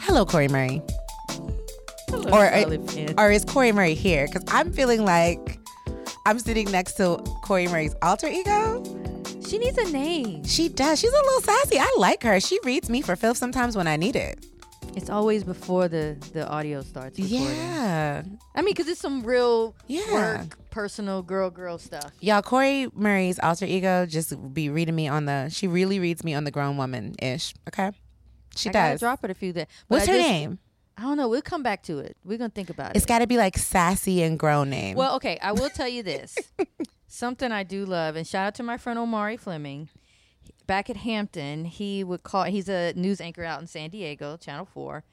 Hello, Corey Murray. Or- uh, Or is Corey Murray here? Because I'm feeling like I'm sitting next to Corey Murray's alter ego. she needs a name. She does. She's a little sassy. I like her. She reads me for filth sometimes when I need it. It's always before the the audio starts. Recording. Yeah. I mean, because it's some real Yeah. work, personal girl, girl stuff. Y'all, Corey Murray's alter ego just be reading me on the. She really reads me on the grown woman ish. Okay, she I gotta does. drop it a few days. What's her name? I don't know. We'll come back to it. We're gonna think about It's it. got to be like sassy and grown name. Well, okay, I will tell you this. Something I do love, and shout out to my friend Omari Fleming. Back at Hampton, he would call. He's a news anchor out in San Diego, Channel Four.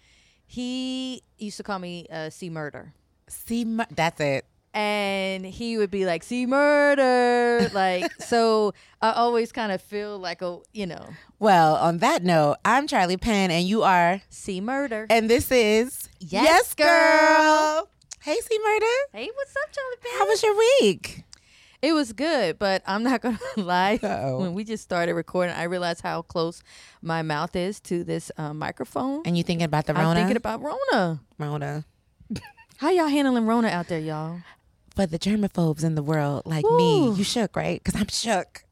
He used to call me uh, "C Murder," see, mu- that's it. and he would be like "C Murder," like so. I always kind of feel like a you know Well, on that note, I'm Charlie Penn, and you are, "C Murder." and this is Yes, Girl. Hey, C Murder, hey, what's up, Charlie? Pants? how was your week? It was good, but I'm not gonna lie. Uh-oh. When we just started recording, I realized how close my mouth is to this uh, microphone. And you thinking about the Rona? I'm thinking about Rona. Rona. How y'all handling Rona out there, y'all? for the germaphobes in the world like Ooh. me, you shook, right? Because I'm shook.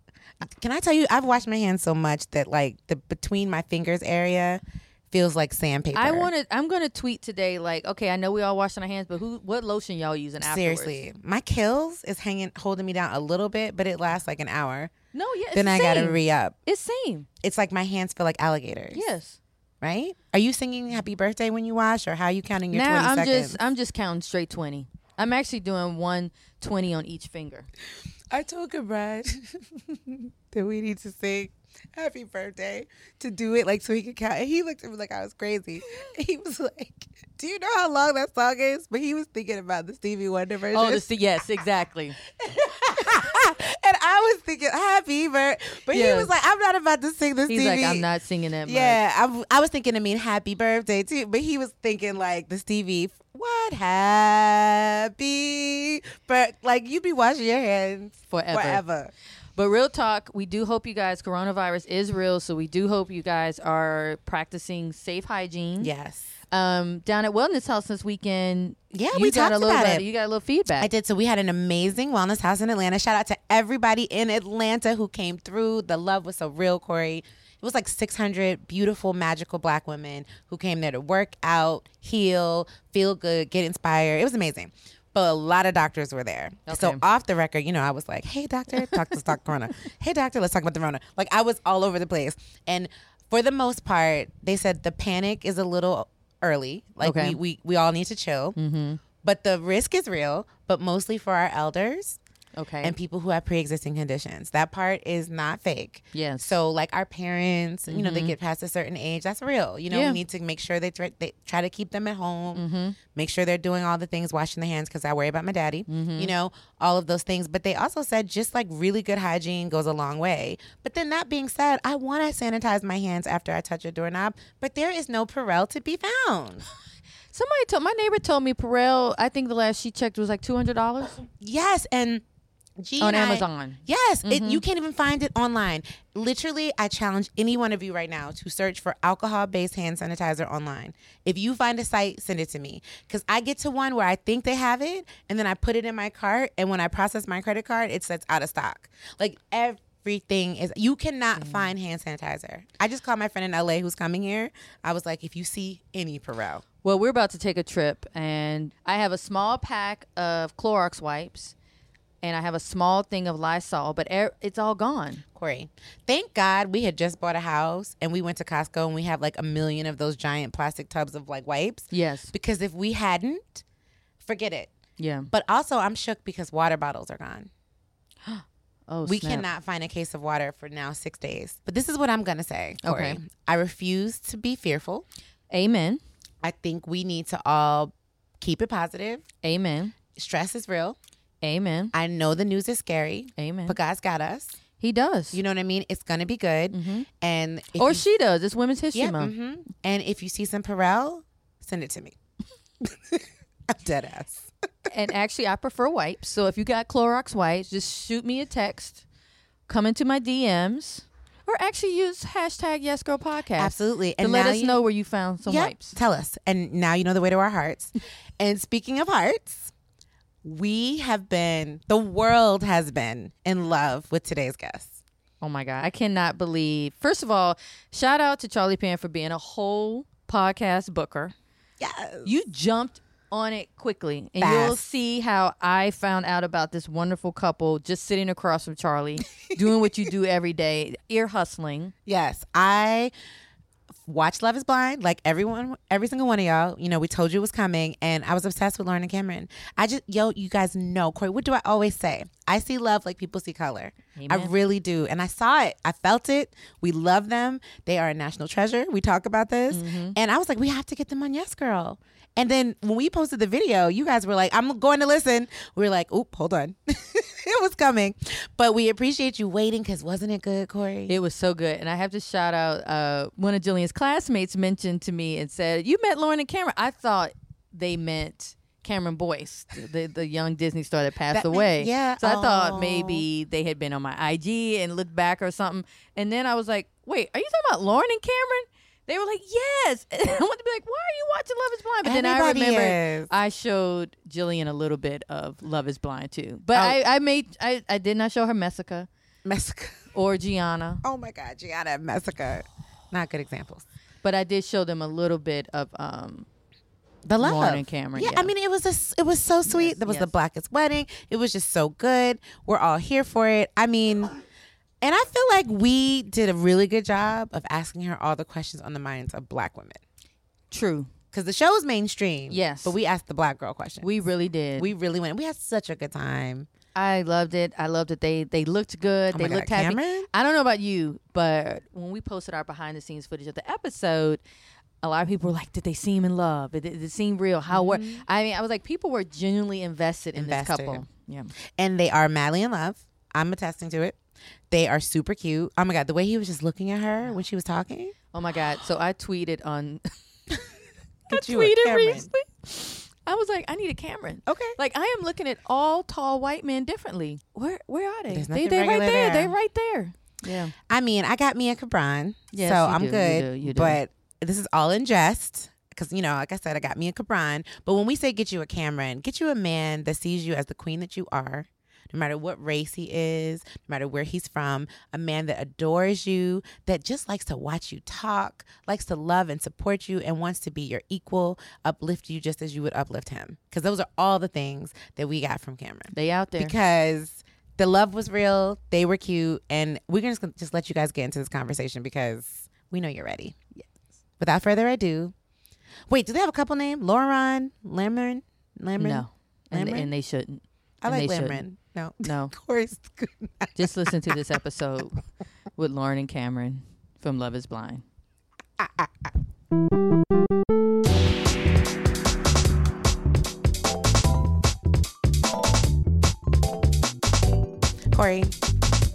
Can I tell you, I've washed my hands so much that like the between my fingers area feels like sandpaper. I want to. I'm gonna tweet today. Like, okay, I know we all washing our hands, but who? What lotion y'all using? Afterwards? seriously, my kills is hanging, holding me down a little bit, but it lasts like an hour. No, yeah. It's then the I gotta same. re up. It's same. It's like my hands feel like alligators. Yes. Right? Are you singing Happy Birthday when you wash, or how are you counting your 20 now I'm seconds? just. I'm just counting straight twenty. I'm actually doing one twenty on each finger. I told Brad that we need to sing happy birthday to do it like so he could count. And he looked at me like I was crazy. And he was like, Do you know how long that song is? But he was thinking about the Stevie Wonder version. Oh, the, yes, exactly. and I was thinking, Happy birthday. But Yes. he was like, I'm not about to sing this He's Stevie. like, I'm not singing that much. Yeah, I, I was thinking to mean happy birthday too, but he was thinking like the Stevie, what happy, but like you be washing your hands Forever. forever. But real talk, we do hope you guys. Coronavirus is real, so we do hope you guys are practicing safe hygiene. Yes. um, down at Wellness House this weekend. Yeah, you we got talked a little about better- it. You got a little feedback. I did. So we had an amazing wellness house in Atlanta. Shout out to everybody in Atlanta who came through. The love was so real, Corey. It was like 600 beautiful, magical black women who came there to work out, heal, feel good, get inspired. It was amazing. But a lot of doctors were there. So Okay. off the record, you know, I was like, hey, doctor, talk, let's talk Corona. Hey, doctor, let's talk about the Rona. Like, I was all over the place. And for the most part, they said the panic is a little early. Like, Okay. Mm-hmm. we, we, we all need to chill. But the risk is real, but mostly for our elders okay. and people who have pre-existing conditions. That part is not fake. Yes. Mm-hmm. So like our parents, you know, they get past a certain age. That's real. You know, Yeah. Mm-hmm. we need to make sure they try, they try to keep them at home. Make sure they're doing all the things, washing their hands because I worry about my daddy. Mm-hmm. You know, all of those things. But they also said just like really good hygiene goes a long way. But then that being said, I want to sanitize my hands after I touch a doorknob, but there is no Perel to be found. Somebody told my neighbor told me Perel. I think the last she checked was like two hundred dollars Yes, and G on and I- Amazon. Mm-hmm. Yes, it, you can't even find it online. Literally, I challenge any one of you right now to search for alcohol based hand sanitizer online. If you find a site, send it to me. Because I get to one where I think they have it, and then I put it in my cart, and when I process my credit card, it says out of stock. Like everything is, you cannot Mm. find hand sanitizer. I just called my friend in LA who's coming here. I was like, if you see any Perel, Well, we're about to take a trip, and I have a small pack of Clorox wipes, and I have a small thing of Lysol, but er- it's all gone. Corey, thank God we had just bought a house and we went to Costco and we have like a million of those giant plastic tubs of like wipes. Yes. Because if we hadn't, forget it. Yeah. But also, I'm shook because water bottles are gone. Oh, we snap. cannot find a case of water for now six days. But this is what I'm going to say. Corey. Okay. I refuse to be fearful. Amen. I think we need to all keep it positive. Amen. Stress is real. Amen. I know the news is scary, Amen. but God's got us. he does. You know what I mean? It's going to be good. And if Mm-hmm. or you- she does. It's Women's History yeah, Month. mhm. And if you see some Perel, send it to me. I'm dead ass. and actually I prefer wipes. So if you got Clorox wipes, just shoot me a text. Come into my DMs. Or actually use hashtag Yes Girl Podcast. Absolutely. To And let now us you- know where you found some Yep, wipes. Tell us. And now you know the way to our hearts. and speaking of hearts, we have been, the world has been in love with today's guest. Oh my God. I cannot believe. First of all, shout out to Charlie Pan for being a whole podcast booker. Yes. You jumped on it quickly, and you'll Fast. see how I found out about this wonderful couple just sitting across from Charlie, doing what you do every day, ear hustling. Yes. I watched Love is Blind, like everyone, every single one of y'all. You know, we told you it was coming, and I was obsessed with Lauren and Cameron. I just, yo, you guys know, Corey, what do I always say? I see love like people see color. I Amen. really do. And I saw it. I felt it. We love them. They are a national treasure. We talk about this. Mm-hmm. And I was like, we have to get them on Yes Girl. And then when we posted the video, you guys were like, I'm going to listen. We were like, oop, hold on. it was coming. But we appreciate you waiting because wasn't it good, Corey? It was so good. And I have to shout out uh, one of Jillian's classmates mentioned to me and said, You met Lauren and Cameron. I thought they meant Cameron Boyce, the, the young Disney star that passed That- away. yeah. So I Oh. thought maybe they had been on my IG and looked back or something. And then I was like, Wait, are you talking about Lauren and Cameron? They were like, Yes. And I wanted to be like, Why are you watching Love is Blind? But Everybody then I remembered. is. I showed Jillian a little bit of Love is Blind too. But Oh. I, I made I, I did not show her Messica Messica. or Gianna. Oh my God, Gianna and Messica. Not good examples. But I did show them a little bit of um The love. Lauren and Cameron. yeah, I mean, it was a, s- it was so sweet. Yes, there was the yes. blackest wedding. It was just so good. We're all here for it. I mean, and I feel like we did a really good job of asking her all the questions on the minds of Black women true. because the show is mainstream. Yes. but we asked the Black girl question. We really did. we really went. We had such a good time. I loved it. I loved that they they looked good. Oh they my God, looked happy. Cameron? I don't know about you, but when we posted our behind the scenes footage of the episode, a lot of people were like, "Did they seem in love? Did, did it seem real? How were?" I mean, I was like, people were genuinely invested in Mm-hmm. Invested. this couple. Yeah. and they are madly in love. I'm attesting to it. They are super cute. Oh my god, the way he was just looking at her when she was talking. Oh my god. So I tweeted on. Get I you a tweeted Cameron. recently. I was like, I need a Cameron. Okay. Like I am looking at all tall white men differently. Where where are they? There's They nothing they right regular there. there. They right there. Yeah. I mean, I got Mia Cabran, Yes, so you I'm do, you good. do, you do. But this is all in jest. Because, you know, like I said, I got Mia Cabran. But when we say get you a Cameron, get you a man that sees you as the queen that you are, no matter what race he is, no matter where he's from, a man that adores you, that just likes to watch you talk, likes to love and support you, and wants to be your equal, uplift you just as you would uplift him. Because those are all the things that we got from Cameron They out there. because the love was real, they were cute, and we're gonna just, just let you guys get into this conversation because we know you're ready. Yes. Without further ado, wait, do they have a couple name? Lauren, Lamron, Lamron. no. And, Lamron? and they shouldn't. I and like they shouldn't. Lamron. No, No. of course. Just listen to this episode with Lauren and Cameron from Love is Blind. Corey,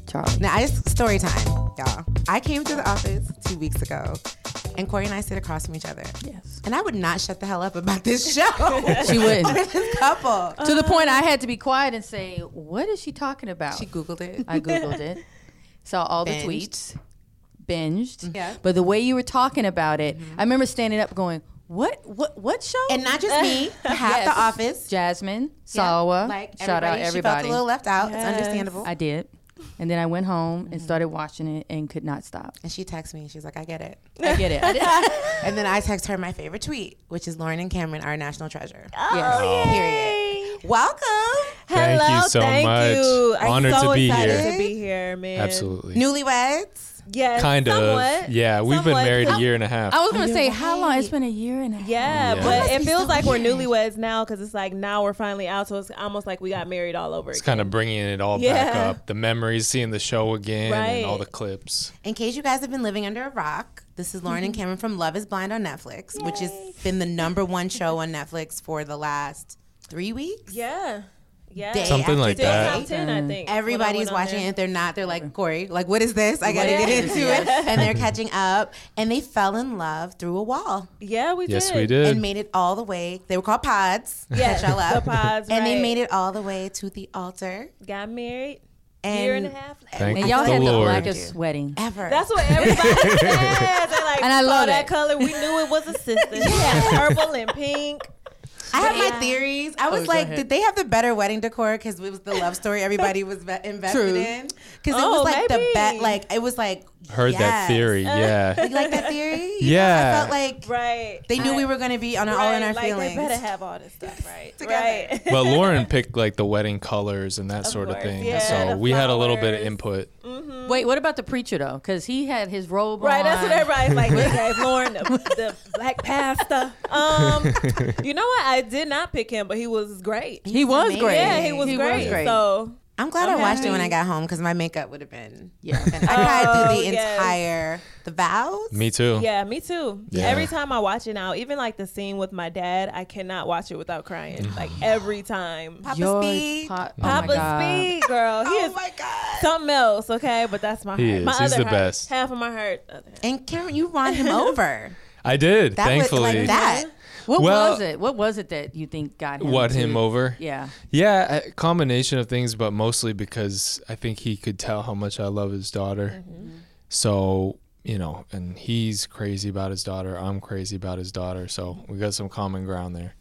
Charlie. now I just story time, y'all. I came to the office two weeks ago, and Corey and I sit across from each other. Yes. And I would not shut the hell up about this show. She wouldn't. this couple. to the point I had to be quiet and say, What is she talking about? She Googled it. I Googled it. Saw all Binged. the tweets. Binged. Yeah. Mm-hmm. But the way you were talking about it, I remember standing up going, What what what show? And not just me, half Yes. the office. Jasmine, Yeah, Salwa. like shout out She felt everybody. a little left out. It's understandable. I did. And then I went home and started watching it and could not stop. and she texted me. She's like, I get it. I get it. I did- And then I text her my favorite tweet, which is Lauren and Cameron, our national treasure. yes. Period. Welcome, Thank you Hello, so thank much. you. I'm Honored so to be excited here. to be here, man. Absolutely. newlyweds. Yes, kind somewhat. of. Yeah, we've Somewhat. been married a year and a half. I was going to say, You're how long? It's right. been a year and a half. Yeah, Yeah. but Must it be feels so like we're weird. newlyweds now because it's like now we're finally out, so it's almost like we got married all over it's again. kind of bringing it all back Yeah. up. The memories, seeing the show again, Right. and all the clips. In case you guys have been living under a rock, this is Lauren and Cameron from Love Is Blind on Netflix, which has been the number one show on Netflix for the last three weeks. Yeah, yeah. Day Something after like Still that. top ten, I think. Everybody's when I went on watching it. there. If they're not, they're like, Corey, like, what is this? I got to get into it. And they're catching up. And they fell in love through a wall Yeah, we Yes, did. we did. and made it all the way. They were called pods. Yeah, Catch y'all up. the pods, and they right. made it all the way to the altar. Got married. And year and a half. Thank And y'all the had the Lord. blackest sweating. Ever. That's what everybody says. They like, And I "Saw love that it. color. We knew it was a sister. yeah, purple and pink. I have my theories. I Oh, was go like, ahead. did they have the better wedding decor because it was the love story everybody was ve- invested True. in? Because it Oh, was like the maybe. bet. Like it was like Heard that yes. theory. Yeah. You like that theory? You know, Yeah. I felt like Right. they knew we were going to be on our, right. all in our like, feelings. They better have all this stuff right. Together. Right. but Lauren picked like the wedding colors and that sort of course, thing. yeah, so the we had a little bit of flowers. input. Wait, what about the preacher though? Because he had his robe Right, on. that's what everybody's like. We gave Lauren the, the black pasta. Um, you know what? I did not pick him, but he was great. He was amazing. great. Yeah, he was, great, So I'm glad I watched it when I happy. got home because my makeup would have been. Yeah. I cried through Oh, the yes. entire the vows. Me too. yeah, me too. Yeah. Every time I watch it now, even like the scene with my dad, I cannot watch it without crying. Like every time. Papa Yours, Speed. Pop- oh my Papa God. Speed, girl. He oh is my god. something else, okay? But that's my He heart. is. My He's other the heart. best. Half of my heart. Other half. And Karen, you won him over. I did, That was thankfully. like that. What Well- was it? What was it that you think got him? What to- him over? Yeah. Yeah, a combination of things, but mostly because I think he could tell how much I love his daughter. So, you know, and he's crazy about his daughter. I'm crazy about his daughter. So we got some common ground there.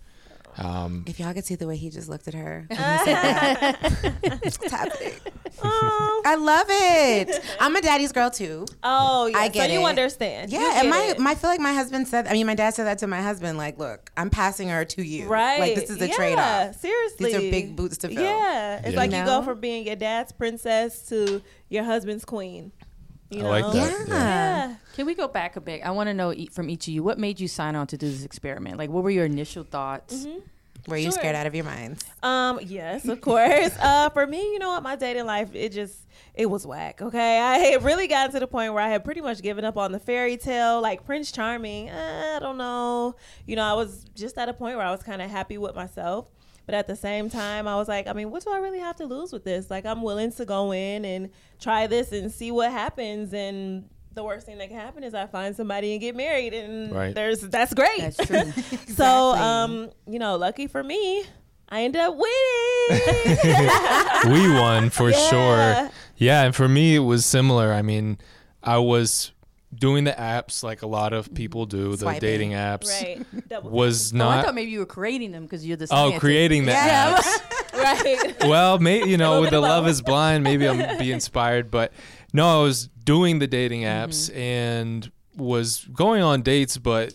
Um, If y'all could see the way he just looked at her, when he said that. Topic. Oh, I love it. I'm a daddy's girl too. oh yeah. I get so you it. understand. You Yeah, and get my, it. my I feel like my husband said. I mean, my dad said that to my husband. Like, look, I'm passing her to you. Right. Like this is a yeah, trade off. Seriously. These are big boots to fill. Yeah. It's Yeah. like you You go know? from being your dad's princess to your husband's queen. You know? I like that. Yeah. yeah. Yeah. Can we go back a bit? I want to know e- from each of you what made you sign on to do this experiment. Like, what were your initial thoughts? Were you Sure. scared out of your minds? Um, yes, of course. uh, for me, you know what, my dating life, it just it was whack. Okay, I had really gotten to the point where I had pretty much given up on the fairy tale, like Prince Charming. Uh, I don't know. You know, I was just at a point where I was kind of happy with myself. But at the same time, I was like, I mean, what do I really have to lose with this? Like, I'm willing to go in and try this and see what happens. And the worst thing that can happen is I find somebody and get married, and Right. there's that's great. That's true. So, um, you know, lucky for me, I ended up winning. we won for Yeah. sure. Yeah, and for me it was similar. I mean, I was doing the apps like a lot of people do, the Swiping. dating apps. right. Double. Was Oh, I not thought maybe you were creating them because you're the oh, scientist. creating the Yeah. apps. right. well, maybe you know, with the bit Love Is Blind, maybe I'm be inspired. But no, I was doing the dating apps and was going on dates, but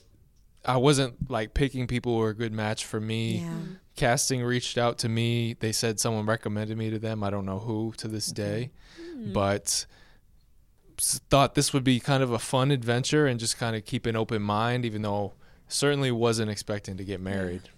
I wasn't like picking people who were a good match for me. Yeah. Mhm. Casting reached out to me. They said someone recommended me to them. I don't know who to this day, but s- thought this would be kind of a fun adventure and just kind of keep an open mind, even though certainly wasn't expecting to get married.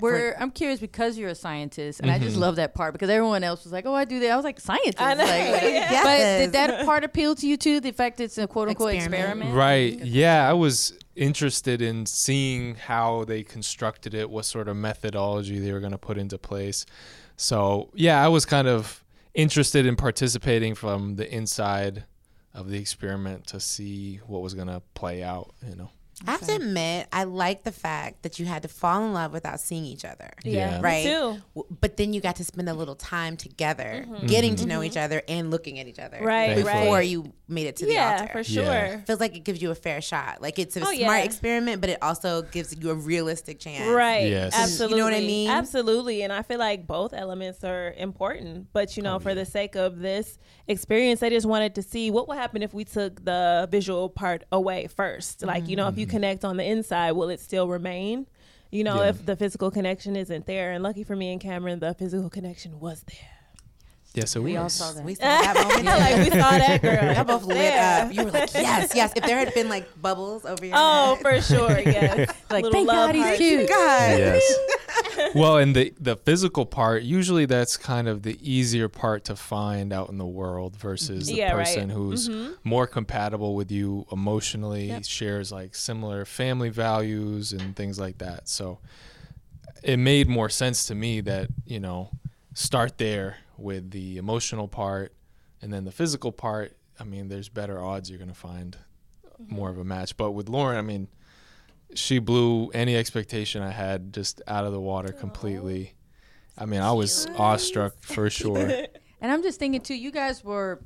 We're, I'm curious because you're a scientist, and I just love that part because everyone else was like, "Oh, I do that." I was like, "Scientist." I know. Like, Yes. But did that part appeal to you too? The fact it's a quote unquote Experiment. experiment, Right. Yeah, I was interested in seeing how they constructed it, what sort of methodology they were going to put into place. So, yeah, I was kind of interested in participating from the inside of the experiment to see what was going to play out, you know. I have to admit, I like the fact that you had to fall in love without seeing each other. Yeah. me Right. too. Mm-hmm. W- But then you got to spend a little time together, getting to know each other and looking at each other. Right, Mm-hmm. Thankfully. Before you made it to the Yeah, altar. for sure. Yeah. Feels like it gives you a fair shot. Like it's a Oh, smart yeah. experiment, but it also gives you a realistic chance. Right. Yes. Absolutely. You know what I mean? Absolutely. And I feel like both elements are important. But, you know, Oh, for the sake of this experience, I just wanted to see what would happen if we took the visual part away first. Like, you know, if you connect on the inside, will it still remain? You know, Mm-hmm. Yeah. if the physical connection isn't there. And lucky for me and Cameron, the physical connection was there. Yeah, so We all saw that. We saw that moment. like, we saw that girl. Y'all both lit Yeah. up. You were like, yes, yes. If there had been like bubbles over your Oh, head. for sure. Yes. Like, Little thank love God he's heart. cute. God. Yes. well, and the the physical part, usually that's kind of the easier part to find out in the world versus the Yeah, right. Mm-hmm. person who's more compatible with you emotionally, shares like similar family values and things like that. So it made more sense to me that, you know, start there with the emotional part and then the physical part. I mean, there's better odds you're going to find Mm-hmm. more of a match. But with Lauren, I mean, she blew any expectation I had just out of the water completely. I mean, I was awestruck for sure. And I'm just thinking too. You guys were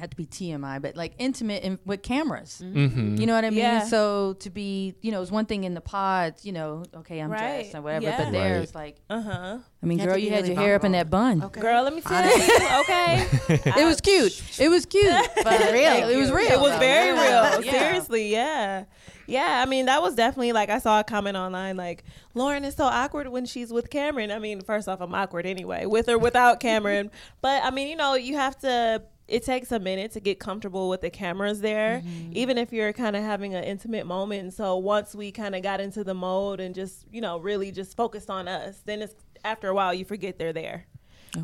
had to be TMI, but like intimate in, with cameras. Mm-hmm. You know what I mean? Yeah. So to be, you know, it's one thing in the pods. You know, okay, I'm Right. dressed and whatever. Yeah. But there, Right. it's like, Uh huh. I mean, You have girl, to be you had really your hair up in that bun. Okay. Girl, let me tell Honestly. you. Okay. It was cute. It was cute. But It was real. It, was real. It was though. very Yeah. real. Seriously, yeah. Yeah, I mean, that was definitely like I saw a comment online like, Lauren is so awkward when she's with Cameron. I mean, first off, I'm awkward anyway, with or without Cameron. but I mean, you know, you have to, it takes a minute to get comfortable with the cameras there, Mm-hmm. even if you're kind of having an intimate moment. And so once we kind of got into the mode and just, you know, really just focused on us, then it's after a while you forget they're there.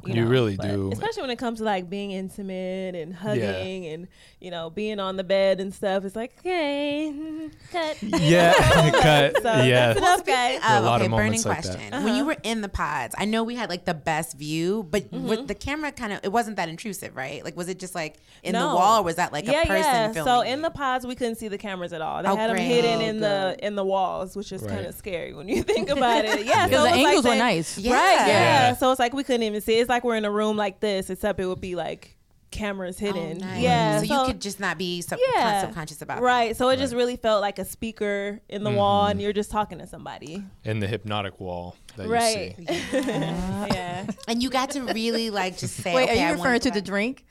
You really but do. Especially when it comes to like being intimate and hugging and you know being on the bed and stuff. It's like okay, cut. Yeah, cut. So yeah. that's enough, guys. There are a Oh, lot okay, burning of moments like that. question. Uh-huh. When you were in the pods, I know we had like the best view, but Mm-hmm. with the camera kind of it wasn't that intrusive, right? Like was it just like in the No. wall or was that like a person filming? So in you? the pods, we couldn't see the cameras at all. They Oh, had them great. hidden Oh, in the in the walls, which is Right. kind of scary when you think about it. Yeah, Because so it the was like angles were they- nice. Yeah. Right. Yeah. Yeah. So it's like we couldn't even see. It's like we're in a room like this, except it would be like cameras Oh, hidden. nice. Yeah. So, you could just not be sub- Yeah. subconscious about it. Right, so it just really felt like a speaker in the wall, Mm-hmm. and you're just talking to somebody. And the hypnotic wall that Right. you see. Uh-huh. yeah. And you got to really like just say. Wait, okay, are I you referring want to the drink?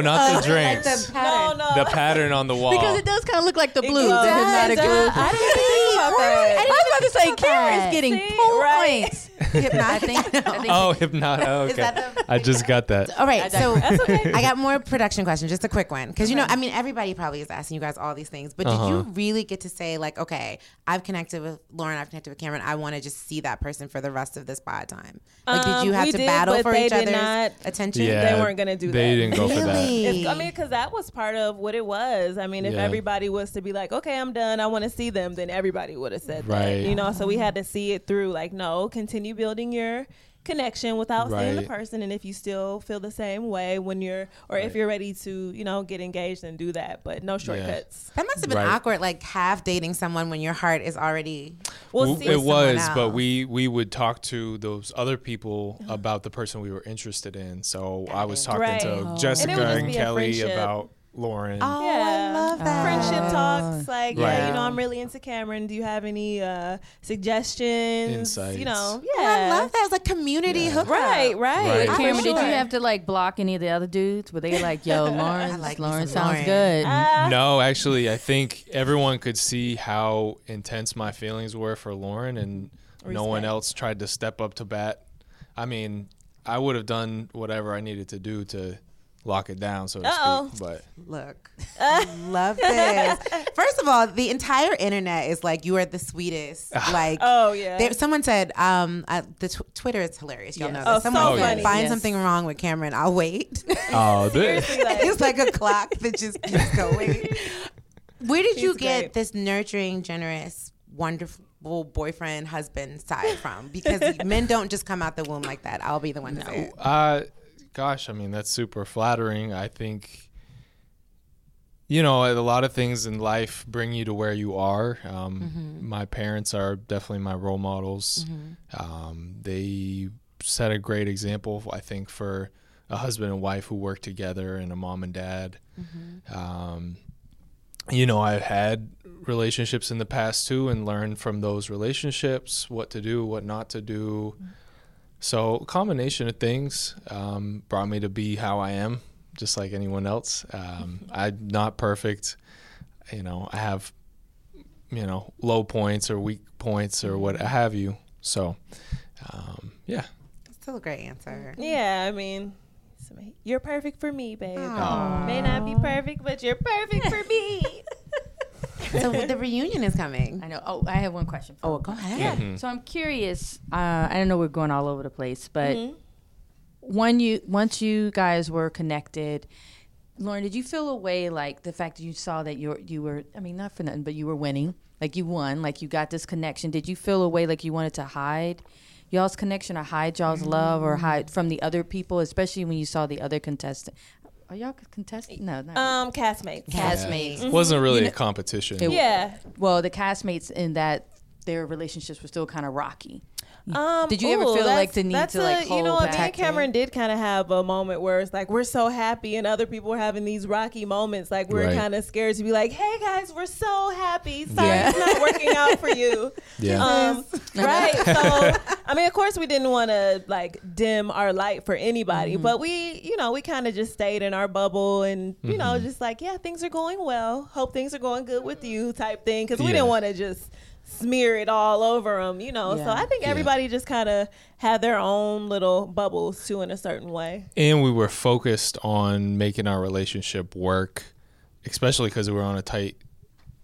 not the Like drinks. the No, pattern. no. the pattern on the wall. Because it does kind of look like the It blue. does. the hypnotic It blue. does. I didn't even think about that. I was about to say, about that. Karen's getting See? Right. points. I Hypnotic. think. I think oh, hypnotic. Oh, okay. Is that the- I just got that. All right, so That's okay. I got more production question, just a quick one, because you know, I mean, everybody probably is asking you guys all these things, but did you really get to say like, okay, I've connected with Lauren, I've connected with Cameron, I want to just see that person for the rest of this pod time? Like, did Um, you have we to did, battle but for they each did other's not- attention? Yeah, they weren't gonna do They that. didn't go for that. Really? If, I mean, because that was part of what it was. I mean, if Yeah. everybody was to be like, okay, I'm done, I want to see them, then everybody would have said Right. that. You know, so we had to see it through. Like, no, continue building your connection without seeing the Right. person. And if you still feel the same way when you're, or if Right. you're ready to, you know, get engaged and do that, but no shortcuts. That must have been Right. awkward, like half dating someone when your heart is already. We'll W- see. it was, someone but else. we we would talk to those other people about the person we were interested in. So I was talking Right. to Oh. Jessica And it would just and, be a Kelly friendship. about Lauren. Oh, I love that. Friendship talks, like yeah, Right. you know, I'm really into Cameron. Do you have any uh, suggestions? Insights. You know, Oh, yeah, I love that. It's like community hookup. Right, right. Right. For Cameron, did sure. you have to like block any of the other dudes? Were they like, yo, Lawrence, like me Lawrence some sounds Lawrence. good? No, actually, I think everyone could see how intense my feelings were for Lauren, and no one Respect. else tried to step up to bat. I mean, I would have done whatever I needed to do to lock it down, so to Uh-oh. speak. But Look, love this. First of all, the entire internet is like, you are the sweetest. Like, Oh, yeah. There, someone said, um, uh, the tw- Twitter is hilarious. Y'all Yes. know Oh, this. Someone so said, funny. find Yes. something wrong with Cameron. I'll wait. oh, it's like a clock that just keeps going. Where did you He's get great. this nurturing, generous, wonderful boyfriend, husband side from? Because men don't just come out the womb like that. I'll be the one to say it. Uh, gosh, I mean, that's super flattering. I think, you know, a lot of things in life bring you to where you are. Um, My parents are definitely my role models. Um, they set a great example, I think, for a husband and wife who work together and a mom and dad. Um, you know, I've had relationships in the past too and learned from those relationships what to do, what not to do. So, a combination of things um, brought me to be how I am, just like anyone else. Um, I'm not perfect. You know, I have, you know, low points or weak points or what have you. So, um, yeah. Still a great answer. Yeah, I mean, somebody- you're perfect for me, babe. May not be perfect, but you're perfect for me. So the reunion is coming. I know. Oh, I have one question. Oh, go ahead. Yeah. So I'm curious. Uh, I don't know. We're going all over the place, but Mm-hmm. when you once you guys were connected, Lauren, did you feel a way like the fact that you saw that you you were? I mean, not for nothing, but you were winning. Like you won. Like you got this connection. Did you feel a way like you wanted to hide? Y'all's connection or hide y'all's Mm-hmm. love or hide from the other people, especially when you saw the other contestant. Are y'all contestant? No, not Uh, really. Um, castmates. castmates. Wasn't really a competition. Mm-hmm. It- yeah. Well, the castmates in that their relationships were still kind of rocky. Um, Did you ever feel that's- like the need that's to, like, a- you know hold what? Me back and there? Cameron did kind of have a moment where it's like we're so happy and other people are having these rocky moments. Like we're Right. kind of scared to be like, "Hey guys, we're so happy. Sorry, Yeah. it's not working out for you." Yeah. Um, right. So I mean, of course, we didn't want to like dim our light for anybody, Mm-hmm. but we, you know, we kind of just stayed in our bubble and you know, Mm-hmm. just like, yeah, things are going well. Hope things are going good with you, type thing, because we Yeah. didn't want to just smear it all over them, you know. So Yeah. I think everybody just kind of had their own little bubbles too, in a certain way. and we were focused on making our relationship work, especially because we were on a tight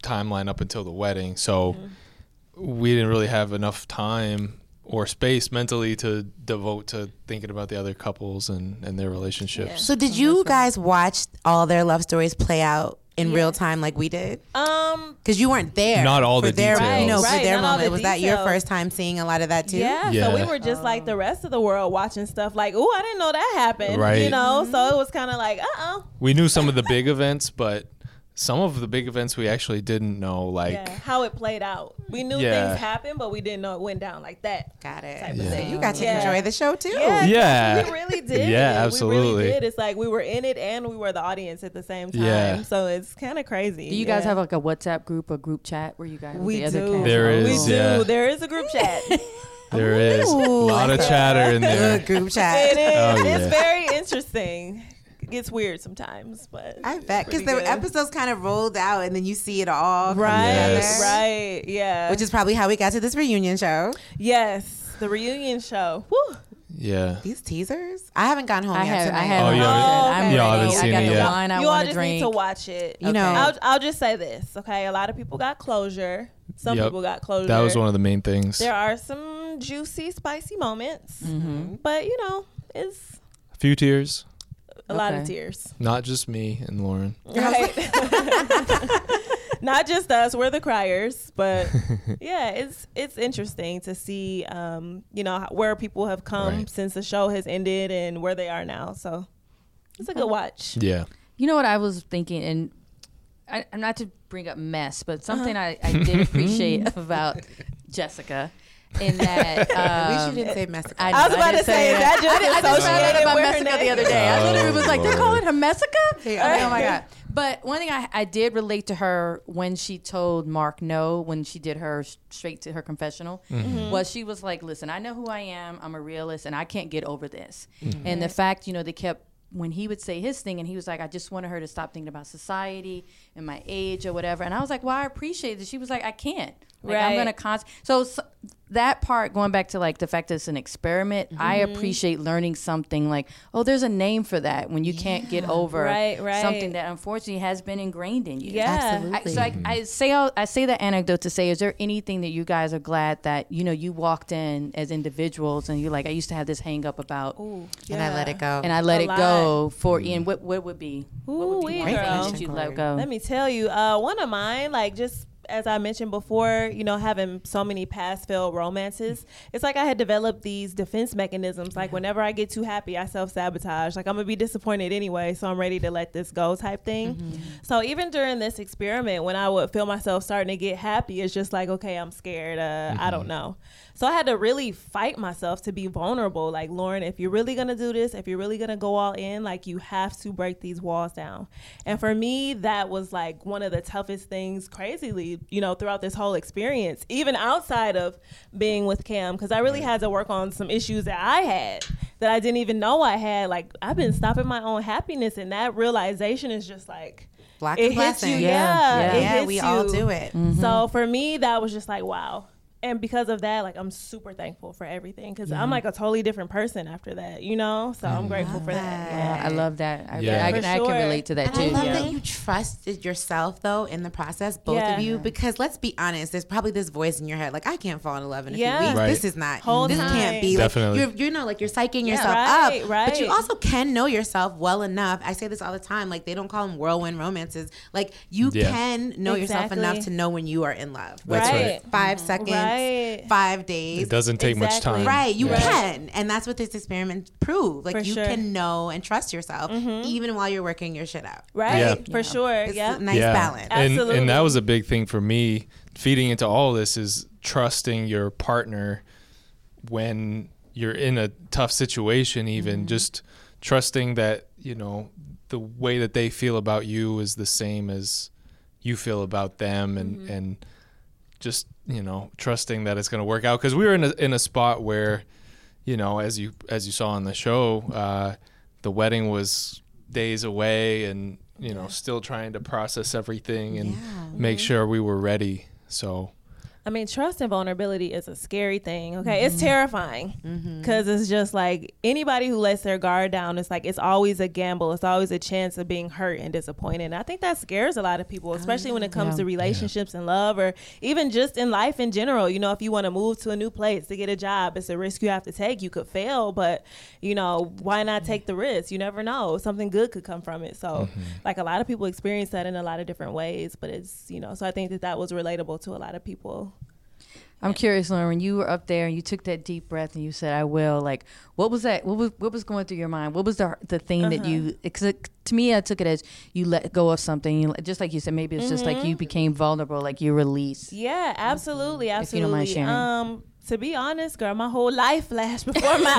timeline up until the wedding. So Mm-hmm. we didn't really have enough time or space mentally to devote to thinking about the other couples and, and their relationships. So did you guys watch all their love stories play out in real time like we did? Um, Because you weren't there. Not all for the their, details. No, Right, for their not all moment. the Was that your details. first time seeing a lot of that too? Yeah, so we Yeah. were just like the rest of the world watching stuff like, oh, I didn't know that happened, you Right. know. Mm-hmm. So it was kind of like, uh uh We knew some of the big events, but some of the big events we actually didn't know. Like, yeah, how it played out. We knew Yeah. things happened, but we didn't know it went down like that. Got it. Type of So thing. you got to Yeah. enjoy the show too. Yeah, Yeah. we really did. Yeah, We absolutely. really did. It's like we were in it and we were the audience at the same time. Yeah. So it's kind of crazy. Do you guys have like a WhatsApp group, a group chat where you guys? with We the other do. cast There members? is, we do. yeah. There is a group chat. it is. there is a lot of chatter in Good there. group chat. It's Oh, yeah. very interesting. It gets weird sometimes, but I bet because pretty the good. episodes kind of rolled out and then you see it all. come right, Yes. together. right, yeah. Which is probably how we got to this reunion show. yes, the reunion show. Woo. Yeah. These teasers. I haven't gone home I yet have. tonight. I have. Oh, it yeah. on. Oh, I'm okay. ready. Y'all haven't seen I got it the yet. wine I you all want just drink. need to watch it. You know- I'll, I'll just say this, okay? A lot of people got closure. Some Yep. people got closure. That was one of the main things. There are some juicy, spicy moments, but you know, it's A few tears, a lot of Okay. tears. not just me and Lauren. Right? Not just us, we're the criers, but yeah, it's it's interesting to see, um, you know, how- where people have come Right. since the show has ended and where they are now. So it's a good watch. Yeah. You know what I was thinking, and I, I'm not to bring up mess, Uh-huh. but something I, I did appreciate about Jessica in that. At least Um, you didn't say Mexico. I I was know, about to didn't say that just I just found out associated about with her Mexico the name. other day. I literally was like, they're Oh, calling her Mexica? Yeah. I'm like, oh my God. But one thing I, I did relate to her when she told Mark no, when she did her s- straight to her confessional, was she was like, listen, I know who I am. I'm a realist and I can't get over this. And the fact, you know, they kept, when he would say his thing and he was like, I just wanted her to stop thinking about society and my age or whatever. And I was like, well, I appreciate it. She was like, I can't. Like, I'm Right. going to const- so, s that part going back to like the fact that it's an experiment i Mm-hmm. appreciate learning something like oh there's a name for that when you can't get over Right, right. something that unfortunately has been ingrained in you Yeah. Absolutely. I, so I, I say all, I say that anecdote to say, is there anything that you guys are glad that you know you walked in as individuals and you're like, I used to have this hang up about, Ooh, and I let it go. and I let A it lot. go for Ian. What what would be? what would be Ooh-wee, one thing girl. that you let go? Let me tell you, uh, one of mine, like just as I mentioned before, you know, having so many past failed romances, it's like I had developed these defense mechanisms. Like whenever I get too happy, I self sabotage. Like I'm gonna be disappointed anyway, so I'm ready to let this go, type thing. So even during this experiment, when I would feel myself starting to get happy, it's just like, okay, I'm scared. Uh, I don't know. So I had to really fight myself to be vulnerable. Like, Lauren, if you're really going to do this, if you're really going to go all in, like, you have to break these walls down. And for me, that was like one of the toughest things, crazily, you know, throughout this whole experience, even outside of being with Cam, because I really had to work on some issues that I had that I didn't even know I had. Like, I've been stopping my own happiness, and that realization is just like, Block it and hits blessing. you, yeah. Yeah. it Yeah, hits we all you. do it. So for me, that was just like wow. And because of that, like I'm super thankful for everything because I'm like a totally different person after that, you know. So I'm grateful for that. Yeah, I love that. I, Yeah. I, For can, I sure. can relate to that And too. I love yeah. that you trusted yourself though in the process, both Yeah. of you, because let's be honest, there's probably this voice in your head like I can't fall in love in a Yeah. few weeks. Right. This is not Whole this time. can't be like, Definitely. you're you know like you're psyching yourself up, Right, but right. you also can know yourself well enough. I say this all the time, like they don't call them whirlwind romances. Like you Yeah. can know yourself Exactly. Mm-hmm. enough to know when you are in love. That's whether right. it's Five seconds, Right. five days, It doesn't take much Exactly. time. Right, you Yeah. can, and that's what this experiment proved. Like For you sure. Mm-hmm. can know and trust yourself, even while you're working your shit out. Right, Yeah. for sure. It's yeah, a nice balance. And, Absolutely. and that was a big thing for me. Feeding into all this is trusting your partner when you're in a tough situation even Mm-hmm. just trusting that you know the way that they feel about you is the same as you feel about them and Mm-hmm. and just you know trusting that it's going to work out because we were in a, in a spot where you know as you as you saw on the show uh the wedding was days away and you know still trying to process everything and Yeah. make sure we were ready so I mean, trust and vulnerability is a scary thing. Okay, it's terrifying because it's just like anybody who lets their guard down. It's like it's always a gamble. It's always a chance of being hurt and disappointed. And I think that scares a lot of people, especially when it comes Yeah. to relationships and love, or even just in life in general. You know, if you want to move to a new place to get a job, it's a risk you have to take. You could fail, but you know, why not take the risk? You never know. Something good could come from it. So, like a lot of people experience that in a lot of different ways. But it's you know, so I think that that was relatable to a lot of people. I'm curious, Lauren, when you were up there and you took that deep breath and you said, "I will," like, what was that? What was what was going through your mind? What was the the thing Uh-huh. that you? Because to me, I took it as you let go of something. You, let- just like you said, maybe it's just Mm-hmm. like you became vulnerable, like you released. Yeah, absolutely, If absolutely. you don't mind sharing. Um, to be honest, girl, my whole life flashed before my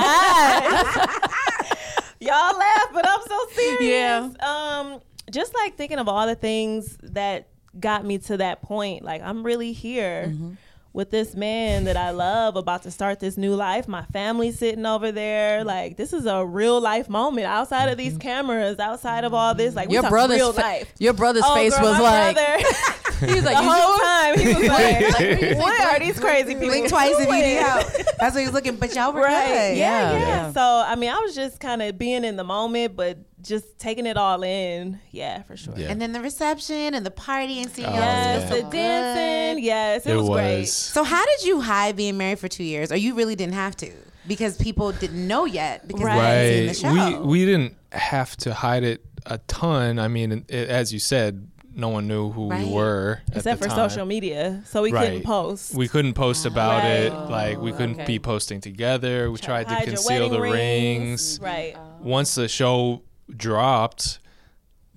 eyes. Y'all laugh, but I'm so serious. Yeah. Um, just like thinking of all the things that got me to that point. Like I'm really here. Mm-hmm. With this man that I love, about to start this new life, my family sitting over there, Mm-hmm. like this is a real life moment outside of these cameras, outside of all this, like we Your talk brother's real fa- life. your brother's Oh, face girl, was my like brother- he was like the you whole time he was like, like, you "What are these crazy people Blink twice if you need doing?" help. That's what he was looking. But y'all were Right? good. Yeah. Yeah, yeah, Yeah. So I mean, I was just kind of being in the moment, but just taking it all in. Yeah, for sure. Yeah. And then the reception and the party and seeing Oh, y'all. Yes, so the dancing. Yes, it, was, great. So how did you hide being married for two years, or you really didn't have to because people didn't know yet because they hadn't right seen the show? we we didn't have to hide it a ton i mean it, as you said no one knew who Right. we were at Except for the time. social media, so we couldn't Right. post. we couldn't post about it Right. like we couldn't okay. be posting together we tried to Hide your conceal wedding the rings. rings, Right. Oh. once the show dropped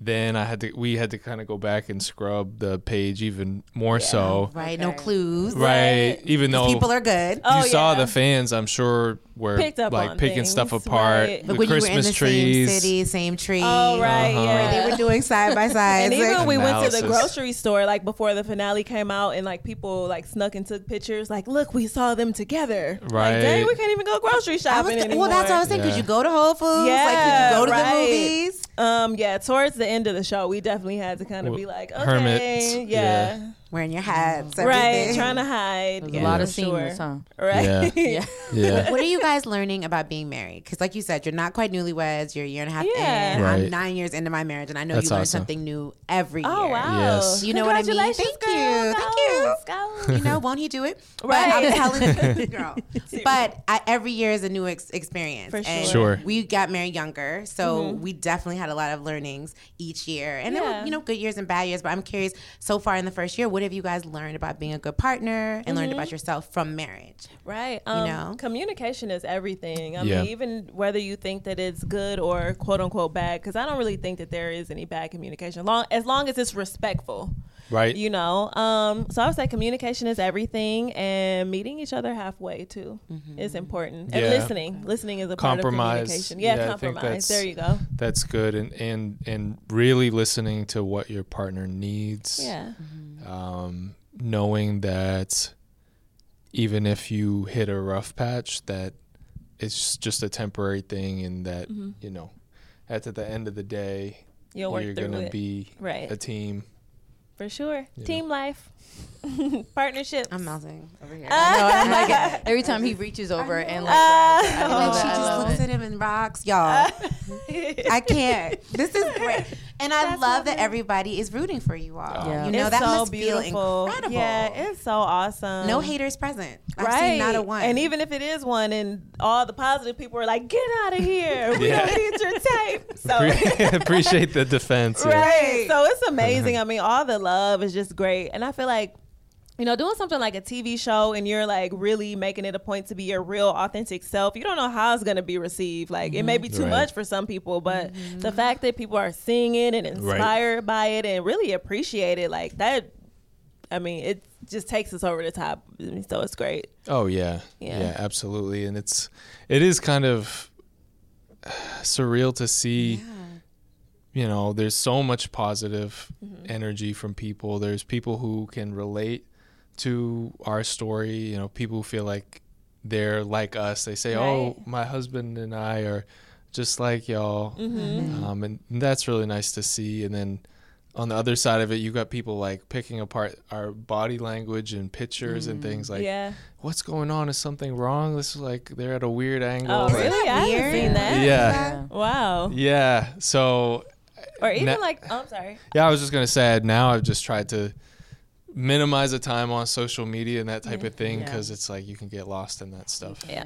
then i had to we had to kind of go back and scrub the page even more so right, no clues. right, even though People are good. Oh, you saw yeah. the fans i'm sure were Picked up like on picking things, stuff apart right. but the when christmas you were in the trees same city, same tree, Oh right, yeah. they were doing side by side. And even when we went to the Uh-huh. Analysis. grocery store, like before the finale came out, and like people like snuck and took pictures, like, look, we saw them together. Like, Right. dang, we can't even go grocery I shopping was, anymore. well, that's what I was saying. Could Yeah. you go to Whole Foods? like, Yeah, could you go to right. the movies? Um, yeah, towards the end of the show, we definitely had to kind of Well, be like, okay, hermits, yeah, Wearing your hats, right, everything. trying to hide. There's a yeah, lot for of seamless, sure. huh? right? Yeah. Yeah. yeah what are you guys learning about being married? Because, like you said, you're not quite newlyweds. You're a year and a half Yeah. in. I'm Right. nine years into my marriage, and I know That's you learn awesome. something new every year. Oh wow! Yes. You know what I mean? Congratulations, Thank you. girl. Thank Go, you. let's go. You know, won't he do it? Right. But I'm telling you, girl. But I, every year is a new ex- experience. For Mm-hmm. And sure. Sure. We got married younger, so we definitely had a lot of learnings each year, and there Yeah. were you know good years and bad years. But I'm curious, so far in the first year, what have you guys learned about being a good partner and learned Mm-hmm. about yourself from marriage? Right. Um, know? communication is everything. I Yeah. mean, even whether you think that it's good or quote unquote bad, because I don't really think that there is any bad communication. Long as long as it's respectful, right you know. Um, so I would say communication is everything, and meeting each other halfway too Mm-hmm. is important. And Yeah. listening, listening is a part of Compromise. communication. Yeah, Yeah, I think compromise. that's- There you go. that's good and and and really listening to what your partner needs Yeah. Mm-hmm. um knowing that even if you hit a rough patch that it's just a temporary thing and that you know at the end of the day Mm-hmm. You'll work you're through gonna it. be Right. a team For sure. Team life, partnership. I'm melting over here. No, I'm like every time he reaches over and like grabs it, I and love Oh, she it, I just love looks it. at him and rocks, y'all. I can't. This is great. And I That's love that lovely. everybody everybody is rooting for you all. Yeah. You know, it's that so must feel beautiful. incredible. Yeah, it's so awesome. no haters present. I've right? seen not a one. And even if it is one, and all the positive people are like, "Get out of here! We Yeah. don't need your tape." So. Appre- appreciate the defense yeah. Right. Right. So it's amazing. Uh-huh. I mean, all the love is just great. And I feel like, you know, doing something like a TV show and you're like really making it a point to be your real authentic self, you don't know how it's going to be received. Like, it may be too Mm-hmm. Right. much for some people, but Mm-hmm. the fact that people are seeing it and inspired by it and really appreciate it, like, that I mean, it just takes us over the top. So it's great. Oh yeah. Yeah. yeah, absolutely. And it's it is kind of surreal to see. You know, there's so much positive energy from people. There's people who can relate to our story. You know, people who feel like they're like us. They say, "Oh, Right. my husband and I are just like y'all," um, and that's really nice to see. And then on the other side of it, you got people like picking apart our body language and pictures and things like yeah. what's going on? Is something wrong? This is like they're at a weird angle. Oh, Like, really? I haven't Weird. seen that. Yeah. Wow. Yeah. So Or even Na- like, oh, I'm sorry. yeah, I was just gonna say now I've just tried to minimize the time on social media and that type of thing Yeah. because it's like you can get lost in that stuff. Yeah.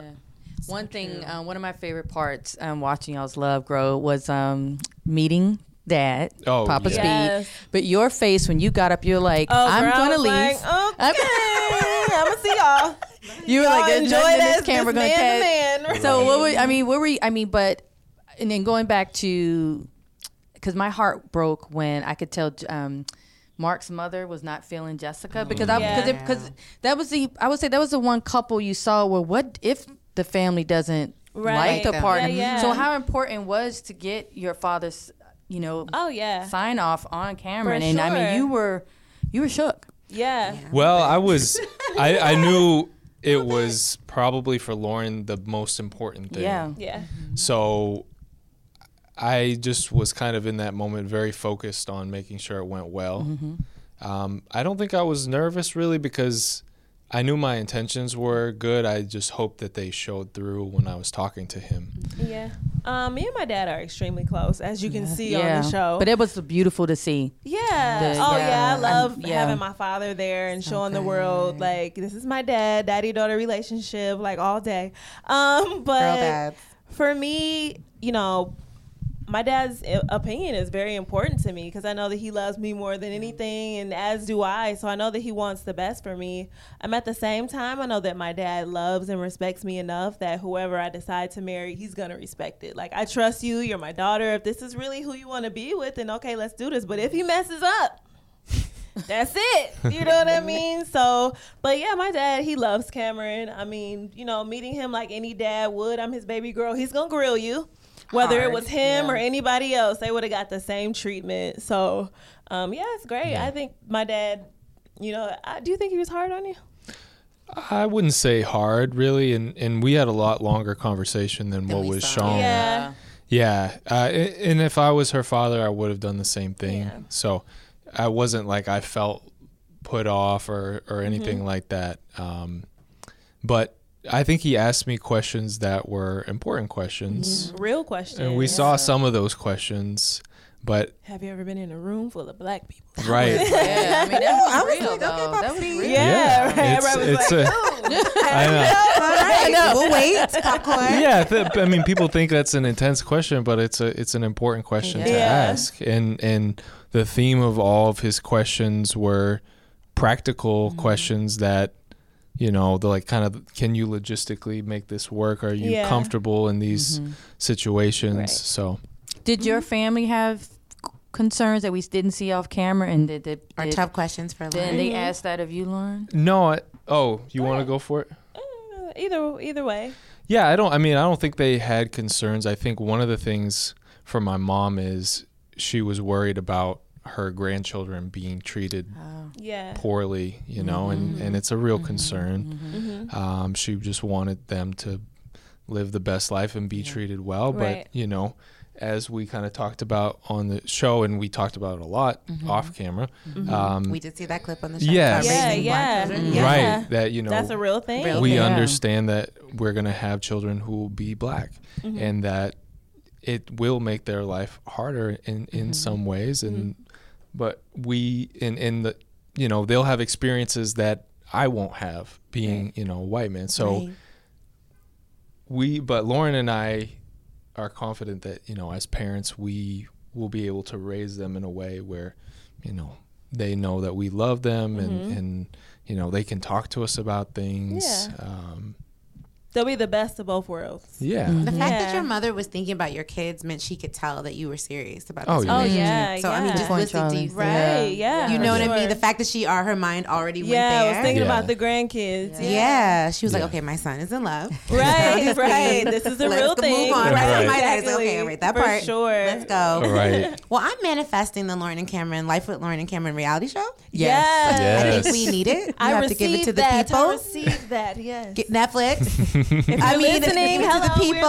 One thing, um, one of my favorite parts um, watching y'all's love grow was um, meeting dad, Oh, Papa yeah. Speed. Yes. But your face when you got up, you're like, Oh, I'm girl, I gonna was leave. Like, "Oh, okay, I'm- I'm gonna see y'all. you were Y'all like, there's enjoy nothing this, this, camera this gonna man to catch. man. So what were I mean? What were you, I mean? But and then going back to because my heart broke when I could tell. Um, Mark's mother was not feeling Jessica because I because Oh, Yeah. because that was the I would say that was the one couple you saw where what if the family doesn't Right. like the Yeah, partner yeah. so how important was to get your father's you know Oh yeah, sign off on camera For and I sure. mean you were you were shook yeah. Well, I was I, I knew it was probably for Lauren the most important thing. yeah Yeah. So I just was kind of in that moment very focused on making sure it went well. Um, I don't think I was nervous really because I knew my intentions were good. I just hoped that they showed through when I was talking to him. Yeah. Um, me and my dad are extremely close, as you can see Mm-hmm. yeah on the show. but it was beautiful to see yeah. The- oh yeah, yeah, I I'm- love yeah. having my father there and showing the world like this is my dad, daddy daughter relationship, like all day. Um, but Girl dads. for me, you know, my dad's i- opinion is very important to me because I know that he loves me more than anything, and as do I. So I know that he wants the best for me. Um, at the same time, I know that my dad loves and respects me enough that whoever I decide to marry, he's gonna respect it. Like I trust you. You're my daughter. If this is really who you want to be with, then okay, let's do this. But if he messes up, that's it. You know what I mean? So, but yeah, my dad, he loves Cameron. I mean, you know, meeting him like any dad would, I'm his baby girl. He's going to grill you. Whether it Hard, was him yeah. or anybody else, they would have got the same treatment. So, um, yeah, it's great. I think my dad, you know, I, do you think he was hard on you? I wouldn't say hard really, and, and we had a lot longer conversation than what was shown. Yeah. Yeah, uh, a- and if I was her father, I would have done the same thing. Yeah. So I wasn't like I felt put off or Mm-hmm. or anything like that. Um, but I think he asked me questions that were important questions, Real question. and we saw some of those questions. But Have you ever been in a room full of black people? right, Yeah, I mean that was I was real like, okay, though. Papa that was Steve. real. Yeah, right. it's, Everybody was it's like, "Oh." a, I All right, know. we'll wait. Popcorn. yeah, th- I mean, people think that's an intense question, but it's a it's an important question to Yeah. ask. And and the theme of all of his questions were practical Mm-hmm. questions that you know the like kind of can you logistically make this work? Are you Yeah. Mm-hmm. comfortable in these situations? Right. So Did your family have concerns that we didn't see off camera and did, did, Or did- tough questions for then Lauren. they asked that of you, Lauren? no, I, oh, you want to go for it? Uh, Either either way. Yeah, I don't. I mean, I don't think they had concerns. I think one of the things for my mom is she was worried about her grandchildren being treated Yeah. poorly, you know, and, Mm-hmm. and it's a real concern. Um, she just wanted them to live the best life and be treated well. Right. But, you know, as we kind of talked about on the show, and we talked about it a lot Mm-hmm. off camera, um, we did see that clip on the show. Mm-hmm. Yeah. about Yeah, raising black yeah. children. Yeah. Mm. right, that, you know, That's a real thing. Real we Yeah. understand that we're going to have children who will be black and that it will make their life harder in, in some ways and but we in in the you know they'll have experiences that I won't have being you know a white man so Right. we but Lauren and I are confident that you know as parents we will be able to raise them in a way where you know they know that we love them and and you know they can talk to us about things Yeah. um They'll be the best of both worlds. Yeah. The fact that Yeah. your mother was thinking about your kids meant she could tell that you were serious about Oh, this yeah. Oh relationship. yeah, So yeah. I mean, just Point, listening to you, Charlie. right? Yeah, you for know what I sure. mean. The fact that she, are her mind already yeah, went I was there. thinking Yeah. about the grandkids. yeah. she was Yeah. like, okay, my son is in love. Right, right. This is a Let's real go thing. move on. Right, Right. right. My dad is okay. Exactly. Right, that For part. sure. Let's go. All right. Well, I'm manifesting the Lauren and Cameron Life with Lauren and Cameron reality show. Yes. I Yes. think we need it. We I have to received give it to the that. I people. received that. Yes. Get Netflix. if I you're mean, listening, to the hello, people. Weird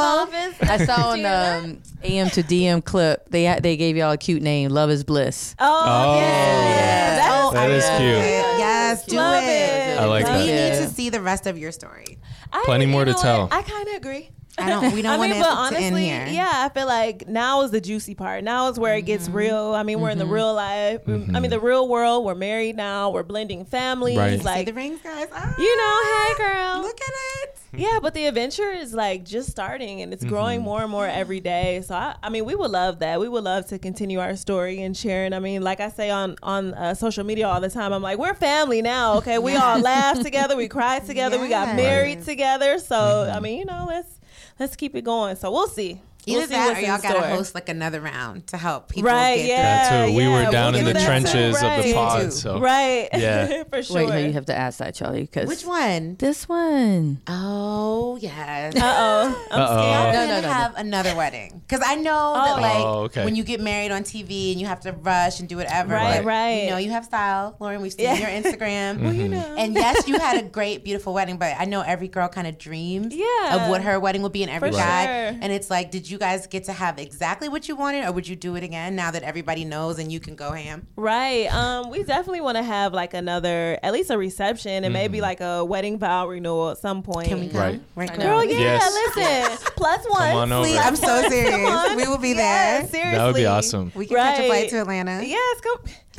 Office. I saw Do on you know um, AM to DM clip they had- they gave y'all a cute name, Love is Bliss. Oh, Oh, yes. That Oh, is- That is I love cute. it. Yes, do Love it. it. I like we that. need Yeah. to see the rest of your story. I- Plenty you more to know what? tell. I kind of agree. I don't. We don't I want mean, it but to honestly, end here. yeah, I feel like now is the juicy part. Now is where it gets Mm-hmm. real. I mean, we're in Mm-hmm. the real life. Mm, I mean, the real world. We're married now. We're blending families. Right. See See Like, the rings, guys. Ah, you know, hey, girl. Look at it. Yeah, but the adventure is like just starting and it's growing more and more every day. So I, I mean, we would love that. We would love to continue our story and sharing. I mean, like I say on on uh, social media all the time, I'm like, we're family now. Okay, we all laugh together, we cried together, we got Yes. married together. So I mean, you know, let's let's keep it going. So we'll see. Either we'll see that, what's or in y'all gotta store. host like another round to help people. Right, Get yeah. That's who we yeah, were down we'll in do the that. trenches of Right. the Do. pod. So Right. Yeah. for sure. Wait, no, you have to ask that, Charlie, because through. Which one? This one. Oh yes. Uh oh. I'm Uh-oh. I'm No, scared. gonna no, no, no. have another wedding because I know that Oh. like Oh, okay. when you get married on TV and you have to rush and do whatever. Right, but right. You know you have style, Lauren. We've seen Yeah. Mhm. your Instagram. Well, you know. And yes, you had a great, beautiful wedding, but I know every girl kind of dreams Yeah. of what her wedding will be, and every For guy. sure. And it's like, did you guys get to have exactly what you wanted, or would you do it again now that everybody knows and you can go ham? Right. Um, we definitely want to have like another, at least a reception and maybe Mm-hmm. like a wedding vow renewal at some point. Can we go? Right. Right, I girl? know. Girl, yeah, Yes. listen. Plus one. on over. Please, I'm so serious. We will be Yeah, there. seriously. that would be awesome. We can catch a flight Right. to Atlanta. Yes, come.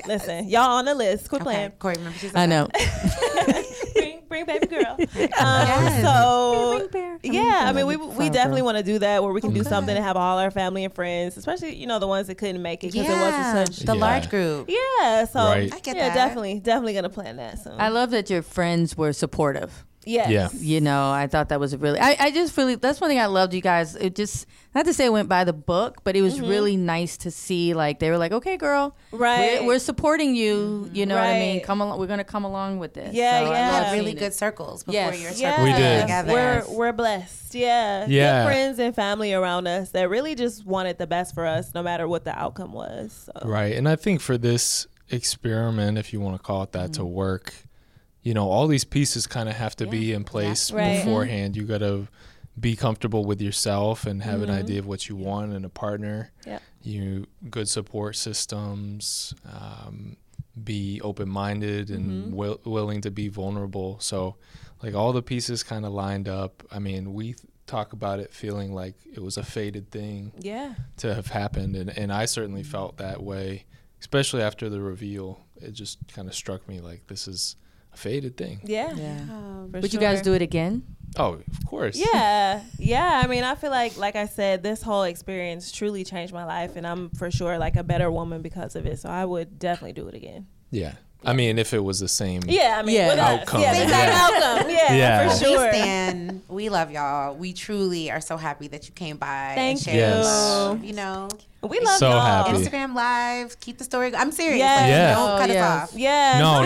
Listen, y'all on the list. Quit Okay. playing. Corey, remember she's I know. bring, bring baby girl. Um, Yes. So bear. yeah, I mean, we we definitely want to do that where we can do something and have all our family and friends, especially you know the ones that couldn't make it because it wasn't such. the Yeah. large group. Yeah, so Right. I get yeah, that. definitely, definitely gonna plan that soon. I love that your friends were supportive. yes. Yeah. You know, I thought that was a really, I, I just really, that's one thing I loved you guys. It just, not to say it went by the book, but it was really nice to see, like, they were like, okay, girl, Right. we're, we're supporting you. You know what I mean? Right. Come along, we're going to come along with this. Yeah, So I yeah. You love had really seeing it. good circles before Yes. your circles Yeah, We did. together. We're we're blessed. Yeah. Yeah. Good friends and family around us that really just wanted the best for us no matter what the outcome was. So. Right. And I think for this experiment, if you want to call it that, to work, you know, all these pieces kind of have to be in place Right. Mhm. beforehand. You got to be comfortable with yourself and have an idea of what you want in a partner. Yep. You good support systems, um, be open minded and will, willing to be vulnerable. So, like all the pieces kind of lined up. I mean, we th- talk about it feeling like it was a fated thing Yeah. to have happened and, and I certainly felt that way especially after the reveal it just kind of struck me like this is a faded thing Yeah. Um, for Would you guys sure. do it again? oh of course Yeah, yeah. I mean, I feel like, like I said, this whole experience truly changed my life, and I'm for sure like a better woman because of it. So I would definitely do it again. yeah I mean if it was the same Yeah, I mean, Yeah. with us. Outcome, Yeah, the same yeah. outcome. Yeah, Yeah. for We sure. stand. We love y'all. We truly are so happy that you came by. Thank and shared you. your Yes. love, you know, We love So y'all. happy. Instagram live. Keep the story. go- I'm serious. Yes. Like, Yeah. Don't cut Oh, us off. Yeah. No,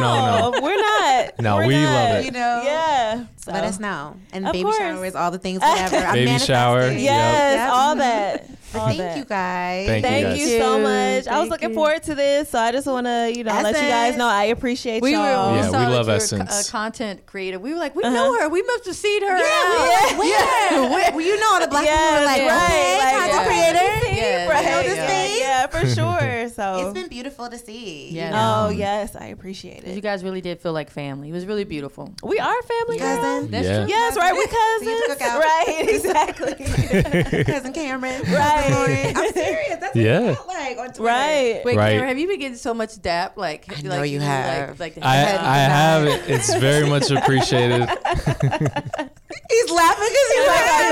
no, We're not. No, We're we love not. it. You know. Yeah. So. Let us know. And Of baby course. showers, all the things, whatever. I'm Baby shower, manifesting. yeah. Yes, Yep. all that. But all Thank that. you guys. Thank you Thank guys. you so Dude, much. I was thank looking you. forward to this, so I just want to, you know, That's let you guys it. know I appreciate We were when y'all. we Yeah, we saw that love you were Essence. a content creator. We were like, we know her. Uh-huh. We must have seen her. Yeah, we Yeah. yeah. Where? Well, you know all the black Yes, people are like, right, okay, content like, yeah. creator. Yeah, right. yeah, this yeah, thing? yeah, for sure. So It's been beautiful to see. Yeah. Oh yes, I appreciate You it. guys really did feel like family. It was really beautiful. We are family, girl. Cousin, That's Yeah. true. Yes, right. We See you at cousins, the cookout. right? Exactly. cousin Cameron, Right. Lauren. I'm serious. That's what Yeah. it felt like on Twitter. right. Wait, Right. Cameron, have you been getting so much dap? Like, I know you have. Like, like I, head- I have it. It's very much appreciated. He's laughing because he's like, I I,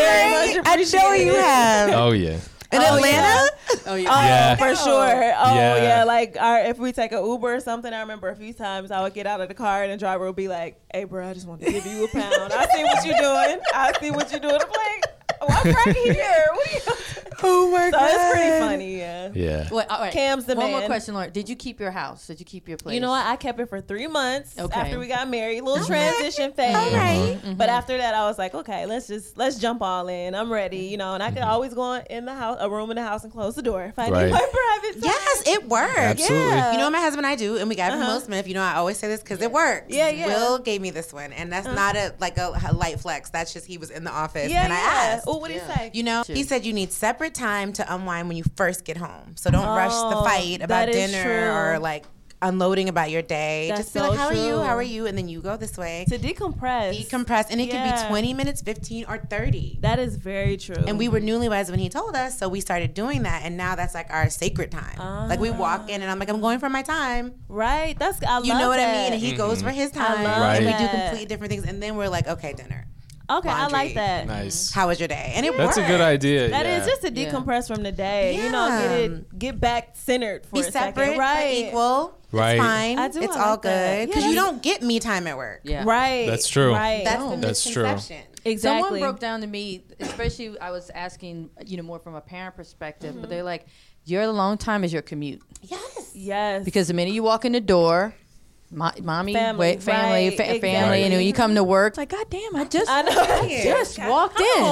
very much know you have. Oh yeah, In Oh, Atlanta? Oh yeah. Oh, Yeah. for sure. Oh, Yeah. yeah. Like, our, if we take an Uber or something, I remember a few times I would get out of the car and the driver would be like, "Hey, bro, I just want to give you a pound. I see what you're doing. I see what you're doing." I'm like, oh, "I'm right here." What are you? Oh my So it's pretty funny. Yeah. Yeah. Wait, all right. Cam's the One more man. question, Lauren. Did you keep your house? Did you keep your place? You know what? I kept it for three months Okay. after we got married. Little transition phase. All right. Mm-hmm. But after that, I was like, okay, let's just let's jump all in. I'm ready, you know. And I could always go in the house, a room in the house, and close the door if I Mm-hmm. Right. need my private time. Yes, it works. Absolutely. Yeah. You know, what my husband and I do, and we got it from Will Smith. You know, I always say this because it works. Uh-huh. Yeah, yeah. Will gave me this one, and that's not a like a, a light flex. That's just he was in the office, Yeah, and I yeah. asked. Oh, what did he Yeah. say? You know, he Shoot. said you need separate time to unwind when you first get home. So don't rush the Oh, fight about that is dinner true. or like unloading about your day. That's Just be so like, how are you? true. How are you? And then you go this way. to decompress. Decompress, and it could Yeah. be 20 minutes, 15, or 30. That is very true. And we were newlyweds when he told us, so we started doing that, and now that's like our sacred time. like we walk in, and I'm like, I'm going for my time. right. That's Ah. I You love know what I that. mean? And he goes Mm-hmm. for his time, love and we do that. completely different things, and then we're like, okay, dinner. okay, I laundry. like that. Nice. How was your day? And it That's a worked. good idea. That is yeah. just to Yeah. decompress from the day. You know, get it, get back centered for Be a separate, second. but Right. equal. Right. It's fine. I do, It's I like all that. good because Yeah. you don't get me time at work. Yeah. Right. That's true. Right. That's the That's true. misconception. exactly. Someone broke down to me, especially I was asking, you know, more from a parent perspective, Mm-hmm. but they're like, your long time is your commute. Yes. Yes. Because the minute you walk in the door, mo- mommy, Family, wait, family, right, fa- exactly. family, and when you come to work, it's like, God damn, I just, I I know. just walked in.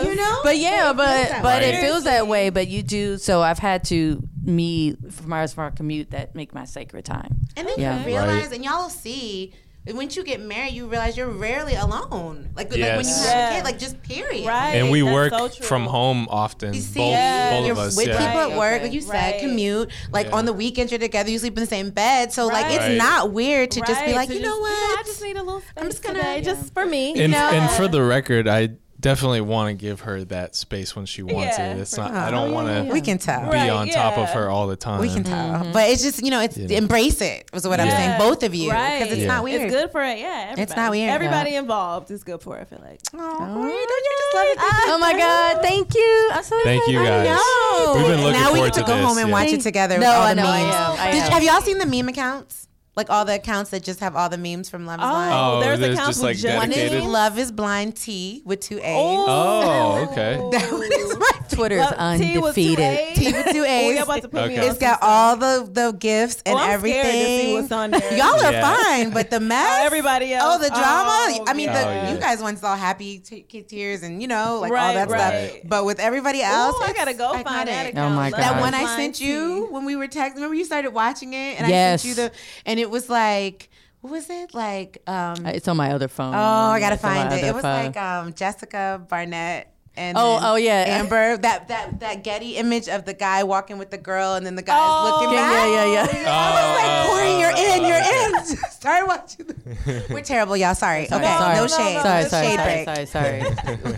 you know. But yeah, but that but way. it feels that way. But you do. So I've had to me for my for our commute that make my sacred time. And then Yeah. you realize, Right. and y'all will see. Once you get married, you realize you're rarely alone. Like, like when you Yes. have a Yeah. kid, like just period. Right. and we That's work so true. from home often. You see, both, Yeah. both you're of us. with yeah. people at work, Right, like you right. said, commute. Like Yeah. on the weekends, you're together. You sleep in the same bed, so like it's Right. not weird to just be Right, like, to you just- know what? I just need a little. I'm just gonna- today, just for me. And, You know? and for the record, I definitely want to give her that space when she wants Oh, Yeah, it. It's for not. I don't want to we can tell. be Right, on top of yeah. her all the time. We can tell, Mm-hmm. but it's just you know, it's embrace it. Was what I'm Yeah. saying. Both of you, because Right. it's Yeah. not weird. It's good for it. Yeah. Everybody. It's not weird. Everybody involved is good for it. I feel like. Aw, Corey, don't you just love it? Oh my God! Thank you. I'm so Thank you guys. No. We've been looking now we get forward to, to go this, home and yeah. watch it together with No, all I the know, I memes. am, I Did- am. have y'all seen the meme accounts? Like all the accounts that just have all the memes from Love is Blind. Oh, there's there's a council just, like, One dedicated- is Love is Blind T with two A's. Oh, okay. That was my Twitter's undefeated. T with two A's. You're about to put me Okay. on It's got some all the the gifts and Well, I'm everything. scared to see what's on there. Y'all are Yeah. fine, but the mess. Oh, everybody else. Oh, the drama. Oh, I mean, the, yeah. you guys once all happy t- kid tears and you know like all Right, that right. stuff. But with everybody stuff. Oh, else, Ooh, I it's- gotta go I find got that. it. Oh account. my Love God. That Right. one I Blind sent Tea. you when we were texting. Remember you started watching it, and Yes. I sent you the, and it was like, what was it like? Um, Uh, It's on my other phone. oh, I gotta It's on my find it. other It was phone. like um, Jessica Barnett. And Oh, then oh, yeah. Amber. That that that Getty image of the guy walking with the girl, and then the guy's Oh, looking yeah, back. yeah, yeah, yeah. Oh. I was like, Corey, you're in, you're in. Start watching. The- We're terrible, y'all. Sorry. Okay, sorry. no No, shade. no, Sorry, No sorry, shade sorry, break. sorry, sorry.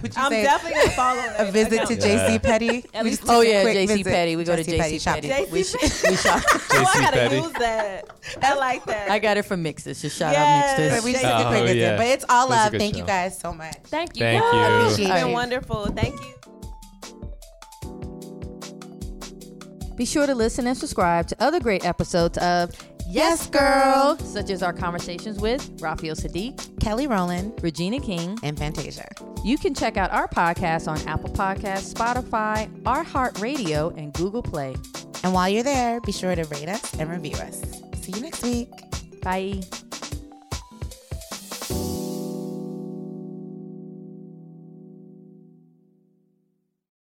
Would you I'm say definitely gonna follow that a visit to account. JC Petty? We just Oh took a yeah, quick JC visit. Petty. We go to JC Petty JC shopping. Petty. We, sh- JC we shop. Oh, I gotta Petty. use that. I like that. I got it from Mixes. Just shout Yes. out Mixes. But we just Oh, took a quick visit. yeah. But it's all That's a love. good Thank you show. guys so much. Thank you. Thank guys. you. It's Appreciate been it. wonderful. Thank you. Be sure to listen and subscribe to other great episodes of Yes Girl, such as our conversations with Rafael Sadiq, Kelly Rowland Regina King. and Fantasia. You can check out our podcast on Apple Podcasts, Spotify, iHeartRadio, and Google Play. And while you're there, be sure to rate us and review us. See you next week. Bye.